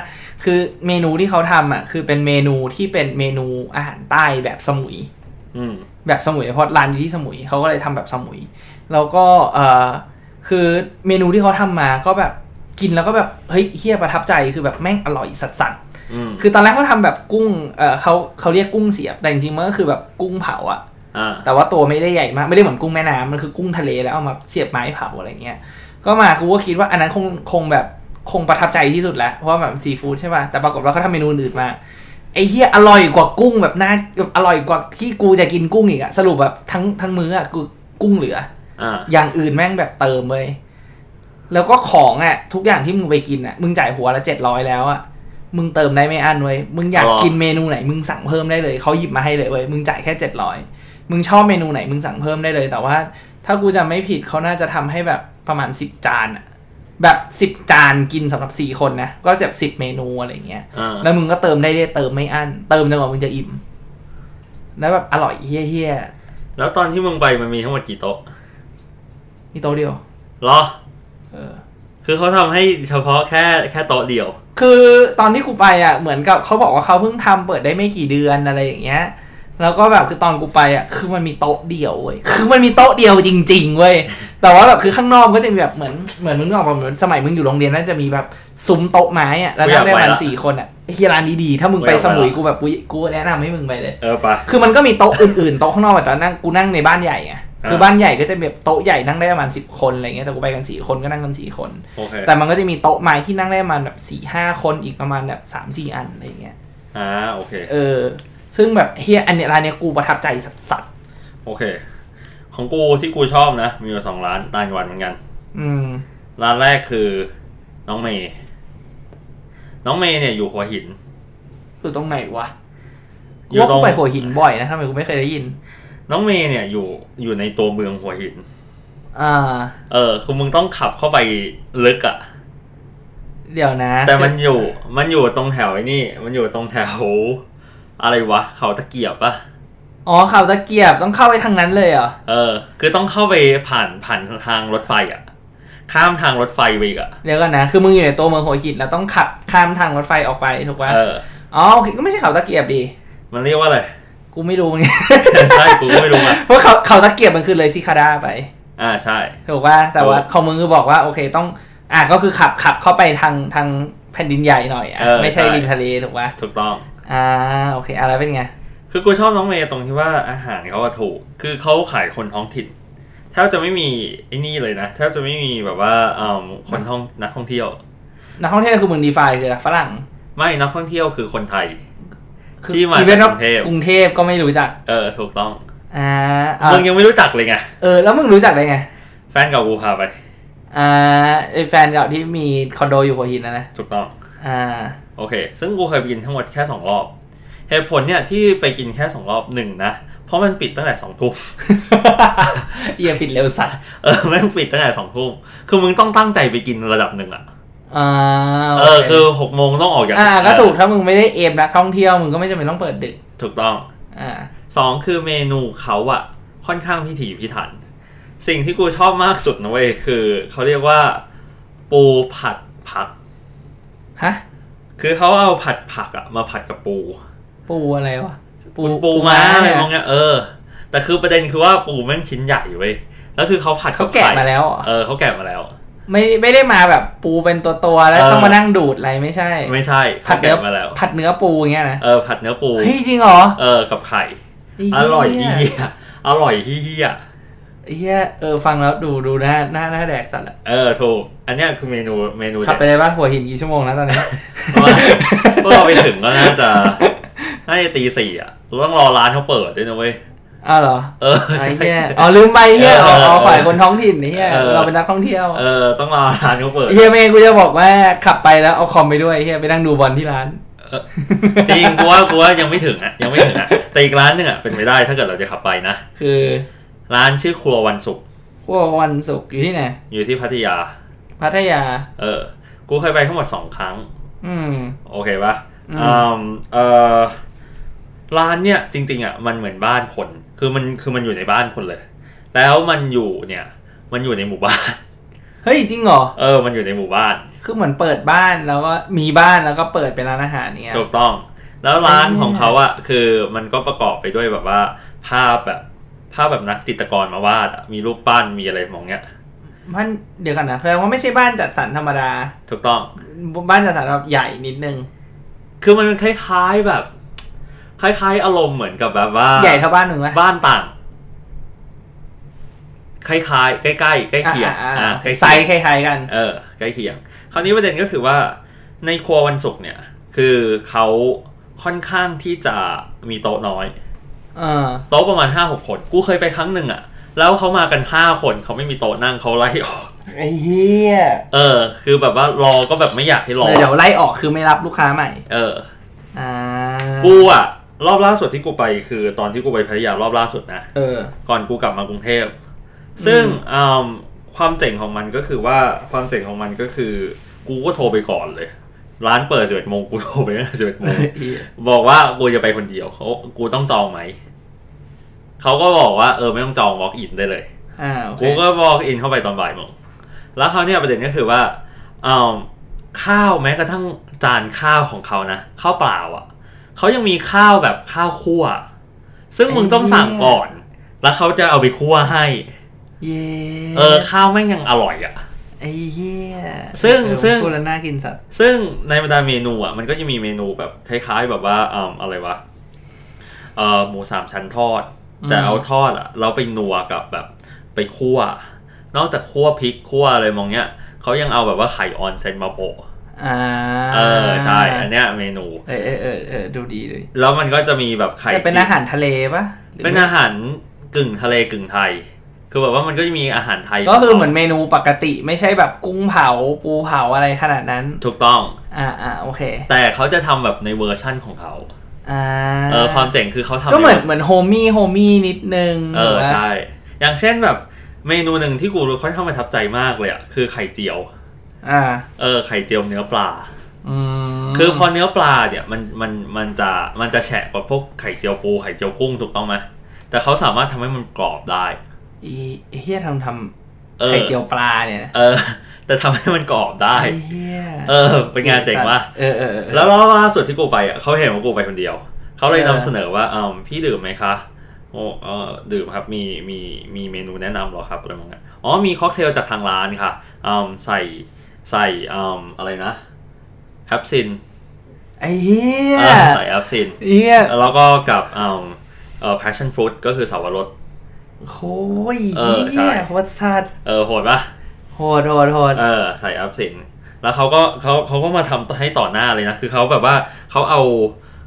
คือเมนูที่เขาทำอ่ะคือเป็นเมนูที่เป็นเมนูอาหารใต้แบบสมุย
ืม
แบบสมุยเพราะร้านอยู่ที่สมุยเขาก็เลยทำแบบสมุย แล้วก็เออคือเมนูที่เขาทำมาก็แบบกินแล้วก็แบบเฮ้ยเฮียประทับใจคือแบบแม่งอร่อยสัสสัสๆ
อืม
คือตอนแรกเขาทำแบบกุ้ง เออเขาเขาเรียกกุ้งเสียบ แต่จริงๆมันก็คือแบบกุ้งเผาอะ
อ่า
แต่ว่าตัวไม่ได้ใหญ่มาก ไม่ได้เหมือนกุ้งแม่น้ำมันคือกุ้งทะเลแล้วเอามาเสียบไม้เผาอะไรเงี้ย ก็มากูก็คิดว่าอันนั้นคงคงแบบคงประทับใจที่สุดแล้ว เพราะว่าแบบซีฟู้ดใช่ป่ะ แต่ปรากฏว่าเขาทำเมนูอื่นมา ไอ้เฮียอร่อยกว่ากุ้งแบบน่าแบบอร่อยกว่าที่กูจะกินกุ้งอีกอะสรุปแบบทั้งทั้งมื้ออะกูกุ้งเหลือ
อ่า
อย่างอื่นแม่งแบบเติมเลย แล้วก็ของอะ่ะ ทุกอย่างที่มึงไปกินอะ่ะ มึงจ่ายหัวละเจ็ดร้อยแล้วอะ่ะ มึงเติมได้ไม่อั้นเว้ย มึงอยากกินเมนูไหน มึงสั่งเพิ่มได้เลย เขาหยิบมาให้เลยเว้ย มึงจ่ายแค่เจ็ดร้อย มึงชอบเมนูไหน มึงสั่งเพิ่มได้เลย แต่ว่า ถ้ากูจำไม่ผิดเขาน่าจะทำให้แบบประมาณสิบจานอะแบบสิบ10 จานกินสำหรับสี่คนนะ ก็แบบสิบ10 เมนูอะไรอย่างเงี้ย
อ่า
แล้วมึงก็เติมได้เรื่อยเติมไม่อั้น เติมจนกว่ามึงจะอิ่ม แล้วแบบอร่อยเฮี้ย
แล้วตอนที่มึงไปมันมีทั้งหมดกี่โต๊ะ
ๆมีโต๊ะเดียว
เหรอ
เออ
คือเขาทำให้เฉพาะแค่แค่โต๊ะเดียว
คือตอนที่กูไปอ่ะเหมือนกับเขาบอกว่าเขาเพิ่งทำเปิดได้ไม่กี่เดือนอะไรอย่างเงี้ย แล้วก็แบบคือตอนกูไปอ่ะคือมันมีโต๊ะเดียวเว้ยคือมันมีโต๊ะเดียวจริง ๆเว้ยแต่ว่าแบบคือข้างนอกก็จะมีแบบเหมือนเหมือนมึงออกแบบเหมือนสมัยมึงอยู่โรงเรียนน่าจะมีแบบซุ้มโต๊ะไม้อ่ะแล้วนั่งได้ประมาณสี่คนอ่ะไอ้เฮียร้านดีๆถ้ามึงไปสมุยกูแบบกูกูแนะนำให้มึงไปเลย
เออปะ
คือมันก็มีโต๊ะอื่นๆโต๊ะข้างนอกอะแต่นั่งกูนั่งในบ้านใหญ่ไงคือ
อ่า
บ้านใหญ่ก็จะแบบโต๊ะใหญ่นั่งได้ประมาณสิบคนอะไรเงี้ยแต่กูไปกันสี่คนก็นั่งกันสี่คน
โอเค
แต่มันก็จะมีโต๊ะไม้ที่นั่งได้ประมาณแบบสี่ห้าคนอีกประมาณแบบสามสี่อันอะไรเงี้ย
อ่าโอเค
เออ ซึ่งแบบเฮียอันเนี้ยร้านเนี้ยกูประทับใจสัส
โอเค ของกูที่กูชอบนะ มีอยู่สองร้านต่างจังหวัดเหมือนกัน
ๆอืม
ร้านแรกคือน้องเมย์ น้องเมย์เนี่ยอยู่หัวหิน
อยู่ตรงไหนวะ
อ
กู
ยู่
ว่า
ตร
กู
ง
ไปหัวหินบ่อยนะทำไมกูไม่เคยได้ยิน
น้องเมย์เนี่ยอยู่อยู่ในตัวเมืองหัวหิน
อ่า
เออ คือมึงต้องขับเข้าไปลึกอะ่ะ
เดี๋ยวนะ
แต่มันอยู่ มันอยู่ตรงแถวไอ้นี่ มันอยู่ตรงแถว อะไรวะ เขาตะเกียบปะ
อ๋อเขาตะเกียบต้องเข้าไปทางนั้นเลยเหรอ
เออ คือต้องเข้าไปผ่านผ่านทางรถไฟอะ่ะ ข้ามทางรถไฟไปอีกอะ่ะ
เดี๋ยวกันนะ คือมึงอยู่ในตัวเมืองหัวหินแล้วต้องขับข้ามทางรถไฟออกไปถูกปะ
เออ
อ๋อโอเคก็ไม่ใช่เขาตะเกียบดี
มันเรียกว่าอะไร
กูไม่รู้ไง
[laughs] ใช่กูก็ไม่รู้อ่ะ
[laughs] เพราะเขาเขาตะเกียบมันคือเลยซิคาด้าไป
อ่าใช่
ถูกป่ะแต่ว่า
ถูก
ของมึงคือบอกว่าโอเคต้อง อ่ะก็คือขับขับเข้าไปทางทางแผ่นดินใหญ่หน่อยอ่ะ
เออ
ไม่ใช่
ใช่
ริมทะเลถูกป่ะ
ถูกต้อง
อ่าโอเคอะไรเป็นไง
คือกูชอบน้องเมย์ตรงที่ว่าอาหารเขาอะถูก คือเขาขายคนท้องถิ่นแทบจะไม่มีไอ้นี่เลยนะแทบจะไม่มีแบบว่าเอิ่มคนท่องนักท่องเที่ยว
นักท่องเที่ยวคือเมืองดีฟายคืออะไรฝรั่ง
ไม่นักท่องเที่ยวคือคนไทย
คื
ที่มาจาก
อีเวนต์ว่
กรุงเทพ
กรุงเทพก็ไม่รู้จัก
เออถูกต้อง
อ่าอ่ะ
มึงยังไม่รู้จักเลยไง
เออแล้วมึงรู้จักได้ไง
แฟนเก่ากูพาไป
อ่าไอ้แฟนเก่าที่มีคอนโดอยู่หัวหินนะนะ
ถูกต้อง
อ่า [laughs]
โอเค ซึ่งกูเคยไปกินทั้งหมดแค่สองรอบ เหตุผลเนี่ยที่ไปกินแค่สองรอบหนึ่งนะ เพราะมันปิดตั้งแต่สองทุ่ม
เอียปิดเร็วสัตว์
เออแม่งปิดตั้งแต่สองทุ่ม คือมึงต้องตั้งใจไปกินระดับหนึ่งอะ
อ่า
เออคือหกโมงต้องออกจาก
อ่าก็ถูกถ้ามึงไม่ได้เอมนักท่องเที่ยวมึงก็ไม่จำเป็นต้องเปิดดึก
ถูกต้อง
อ่า
สองคือเมนูเขาอะค่อนข้างพิถีพิถัน สิ่งที่กูชอบมากสุดนะเว้ยคือเขาเรียกว่า ปูผัดผัก
ฮะ
คือเขาเอาผัดผักอะมาผัดกับปู
ปูอะไรวะ
ปูปูม้าอะไรมอง
เย
เงี้ยเออ แต่คือประเด็นคือว่าปูแม่งชิ้นใหญ่เว้ยแล้วคือเขาผัดบ
เขาแกะ
ไข่
มาแล้วเหรอ
เออเขาแกะมาแล้ว
ไม่ไม่ได้มาแบบปูเป็นตัวตัวๆแล้ว
เออ
ต้องมานั่งดูดอะไรไม่ใช่
ไม่ใช่
ผั
เขา
ดเนื้อ
แกะมาแล้ว
ผัดเนื้อปูอย่างเงี้ยนะ
เออผัดเนื้อปู
เฮ้ยจริงเหรอ
เออกับไข่
เหี้
อร่อยที่เหี้ยอร่อยที่เหี้ย
เฮียเออฟังแล้วดูดูหน้าหน้าหน้าแดกสัตว์อะ
เออถูกอันเนี้ยคือเมนูเมนู
ขับ
เด็ด
ไปเลยป่ะหัวหินกี่ชั่วโมงแล้วตอนนี้
เพราะว่าพวกเราไปถึงก็น่าจะน่าจะตีสี่อ่ะเราต้องรอร้านเขาเปิดด้วยนะเว้ย
[laughs] อ้าวเหรอ
เออ
ไอ้เฮียอ๋อลืมไปเฮียอ๋อ
เออเออ
ฝ่ายคนท้องถิ่นไอ้เฮีย
เออ
เราเป็นนักท่องเที่ยว
เออต้องรอร้านเขาเปิด
เฮียเมย์กูจะบอกว่าขับไปแล้วเอาคอมไปด้วยเฮียไปนั่งดูบอลที่ร้าน
จริงกูว่ากูว่ายังไม่ถึงอ่ะยังไม่ถึงอ่ะแต่อีกร้านหนึงอ่ะเป็นไปได้ถ้าเกิดเราจะขับไปนะ
คือ
ร้านชื่อครัววันศุกร์
พวกวันศุกร์อยู่ที่ไหน
อยู่ที่พัทยา
พัทยา
เออ กูเคยไปทั้งหมดสองครั้ง
อืม
โอเคปะ
อืม
อืมเออร้านเนี่ยจริง ๆอ่ะมันเหมือนบ้านคน คือมันคือมันอยู่ในบ้านคนเลย แล้วมันอยู่เนี่ย มันอยู่ในหมู่บ้าน
เฮ้ยจริงเหรอ
เออ มันอยู่ในหมู่บ้าน
คือเหมือนเปิดบ้านแล้วก็มีบ้านแล้วก็เปิดเป็นร้านอาหารเนี้ย
ถูกต้อง แล้วร้าน
อ่า
ของเขาอะคือมันก็ประกอบไปด้วยแบบว่า ภาพแบบภาพแบบนักจิตรกรมาวาดอะมีรูปปั้นมีอะไรมองเงี้ย
มันเดี๋ยวกันนะแปลว่าไม่ใช่บ้านจัดสรรธรรมดา
ถูกต้อง
บ้านจัดสรรแบบใหญ่นิดนึง
คือมันคล้ายๆแบบ คล้ายๆ อารมณ์เหมือนกับแบบว่า
ใหญ่เท่าบ้านหนึ่งไหม
บ้านต่าง คล้ายๆใกล้ๆใกล้เคียง
อ่า
อ่า
อ่า
ใกล้เคียง
ไซส์คล้ายๆกัน
เออใกล้เคียง คราวนี้ประเด็นก็คือว่าในครัววันศุกร์เนี่ย คือเขาค่อนข้างที่จะมีโต๊ะน้อย
เออ
โต๊ะประมาณห้าหกคน กูเคยไปครั้งหนึ่งอะแล้วเขามากันห้าคนเขาไม่มีโต๊ะนั่งเขาไล่ออก
ไอ้เหี้ย
เออ คือแบบว่ารอก็แบบไม่อยากให้รอ
เดี๋ยวไล่ออกคือไม่รับลูกค้าใหม่
เออ
อ่า
กูอะรอบล่าสุดที่กูไปคือตอนที่กูไปพัทยารอบล่าสุดนะ
เออ
ก่อนกูกลับมากรุงเทพ ซึ่งอืมความเจ๋งของมันก็คือว่าความเจ๋งของมันก็คือ กูก็โทรไปก่อนเลย ร้านเปิดสิบเอ็ดโมงกูโทรไปตั้งแต่สิบเอ็ดโม
[laughs]
ง บอกว่ากูจะไปคนเดียวเขากูต้องจองไหม เขาก็บอกว่าเออไม่ต้องจอง walk in ได้เลย
อ่าโอเค
กูก็ walk in เข้าไปตอนบ่ายโมง แล้วเขาวเนี่ยประเด็นก็คือว่าอืมข้าวแม้กระทั่งจานข้าวของเขานะข้าวเปล่าอ่ะ เขายังมีข้าวแบบข้าวคั่ว ซึ่งมึงต้องสั่งก่อน แล้วเขาจะเอาไปคั่วให้
เย้
เออข้าวแม่งยังอร่อยอ่ะ
ไอ้เหี้ย
ซึ่ง
เออ
ซึ่ง
พูดแล้วน่ากินสัตว์
ซึ่งในบรรดาเมนูอ่ะมันก็จะมีเมนูแบบคล้ายๆ แบบว่าอืมอะไรวะเอ่อหมูสามชั้นทอด
อืม
แต่เอาทอดอ่ะ เราไปนัวกับแบบไปคั่ว นอกจากคั่วพริกคั่วอะไรมองเนี้ยเขายังเอาแบบว่าไข่ออนเซนมาโปะ
อ่า
เออใช่ อันเนี้ยเมนู
เออเออเออเออดูดีเลย
แล้วมันก็จะมีแบบไข่
แต่เป็นอาหารทะเลปะหรือ
เป็นอาหารกึ่งทะเลกึ่งไทย คือแบบว่ามันก็จะมีอาหารไทย
ก็คือเหมือนเมนูปกติไม่ใช่แบบกุ้งเผาปูเผาอะไรขนาดนั้น
ถูกต้อง
อ่าอ่าโอเค
แต่เขาจะทำแบบในเวอร์ชั่นของเขา
อ่า
เออความเจ๋งคือเขาทำ
ก็เหมือนเหมือนโฮมี่โฮมี่นิดนึง
เออ
ถูกปะ
ใช่ อย่างเช่นแบบเมนูหนึ่งที่กูรู้ค่อนข้างประทับใจมากเลยอ่ะคือไข่เจียว
อ่า
เออไข่เจียวเนื้อปลา
อืม
คือพอเนื้อปลาเนี่ยมันมันมันจะมันจะแฉะกว่าพวกไข่เจียวปูไข่เจียวกุ้งถูกต้องไหมแต่เขาสามารถทำให้มันกรอบได้
อีไอ้เฮียทำท
เอ
ำ
อ
ไข่เจียวปลาเนี่ยนะ
เออ แต่ทำให้มันกรอบได้
ไอ้เฮีย
เออ เป็นงานเจ๋งว่ะ
เออเออเออ
แล้วรอบล่าสุดที่กูไปอ่ะเขาเห็นว่ากูไปคนเดียวเขาเล
เอน
ยำ
อ
เสนอว่าอืมพี่ดื่มไหมคะโอ้เออดื่มครับมีมีมีเมนูแนะนำเหรอครับอะไรมั้งอ๋อมีค็อกเทลจากทางร้านค่ะอืมใส่ใส่อืมอะไรนะแอปซิน
ไอ้เฮีย
เออใส่แอปซิน
เฮีย
แล้วก็กับอืมเอ่อ passion fruit ก็คือสับปะรด
โอ้ย
เออ
เฮี
ใช่
ยวัดสัตว์
เออโหดปะ
โหดโหดโหด
เออใส่แอปซิน แล้วเขาก็เขาเขาก็มาทำให้ต่อหน้าเลยนะ คือเขาแบบว่าเขาเอา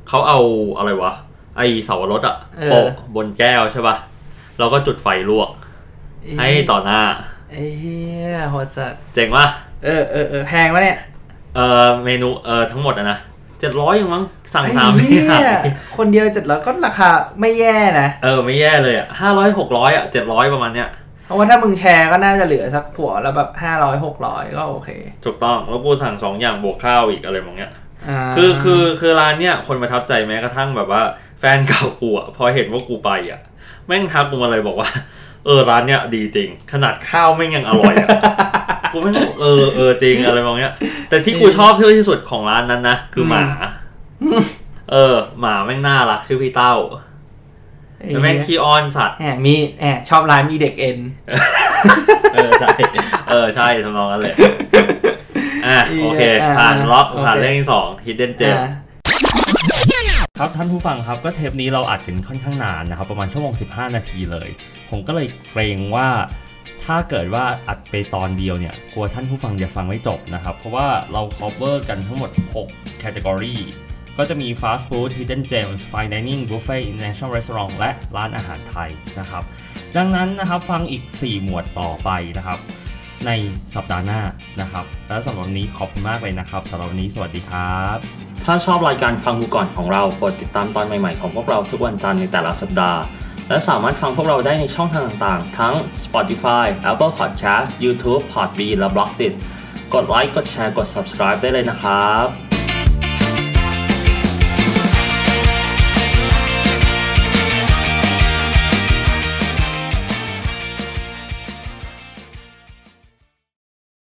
เขาเอาอะไรวะ ไอเสาวรสอะ
เออ
โปะบนแก้วใช่ปะ่ะแล้วก็จุดไฟลวก ให้ต่อหน้า
ไอ้เหี้ยโหดสัตว์
เจ๋งป่ะ
เออเออเออแพงวะเนี่ย
เออเมนูเออทั้งหมดอะนะเจ็ดร้อยยังมั้งสั่งสาม
ไอ้
ที่
เหี้ย
หา
คนเดียวเจ็ดร้อยก็ราคาไม่แย่นะ
เออไม่แย่เลยอะห้าร้อยหกร้อยอะเจ็ดร้อยประมาณเนี้ย
เพราะว่าถ้ามึงแชร์ก็น่าจะเหลือสักผัวแล้วแบบห้าร้อยหกร้อยก็โอเค
ถูกต้องแล้วกูสั่งสองอย่างบวกข้าวอีกอะไรมองเนี้ย
า
คือคือคือร้านเนี้ยคนประทับใจแม้กระทั่งแบบว่าแฟนเก่ากูอะพอเห็นว่ากูไปอะแม่งทักกูมาเลยบอกว่า เออร้านเนี้ยดีจริง ขนาดข้าวแม่งยังอร่อย [laughs] อะกูแม่งเออเออจริงอะไรมองเนี้ย แต่ที่กูชอบที่สุดของร้านนั้นนะคือหมา เออ หมาแม่งน่ารักชื่อพี่เต้า
ไอ้
แล้ว
เหี้
แม่ง
ย
ขี้อ้อนสัตว์
แหมมีแหมชอบร้านมีเด็กเอ็น
เออใช่เออใช่ทำนองนั้นเลยอ่ะโอเค
อ่า
ผ่านรอบ
โอเค
ผ่านเรื่องที่สองฮิดเด้นเจ
อ่า
ครับท่านผู้ฟังครับก็เทปนี้เราอัดกันค่อนข้างนานนะครับ ประมาณชั่วโมง 15 นาทีเลย ผมก็เลยเกรงว่าถ้าเกิดว่าอัดไปตอนเดียวเนี่ยกลัวท่านผู้ฟังจะฟังไม่จบนะครับ เพราะว่าเรา cover กันทั้งหมด 6 category ก็จะมี fast food hidden gems fine dining buffet international restaurant และร้านอาหารไทยนะครับ ดังนั้นนะครับฟังอีก 4 หมวดต่อไปนะครับ ในสัปดาห์หน้านะครับ และสำหรับวันนี้ขอบคุณมากเลยนะครับสำหรับวันนี้สวัสดีครับ ถ้าชอบรายการฟังกูก่อนของเราโปรดติดตามตอนใหม่ๆของพวกเราทุกวันจันทร์ในแต่ละสัปดาห์ และสามารถฟังพวกเราได้ในช่องทางต่างๆ ทั้ง Spotify, Apple Podcast, YouTube, Podbean และ b l o g d i t กดไลค์กดแชร์กด subscribe ได้เลยนะครับ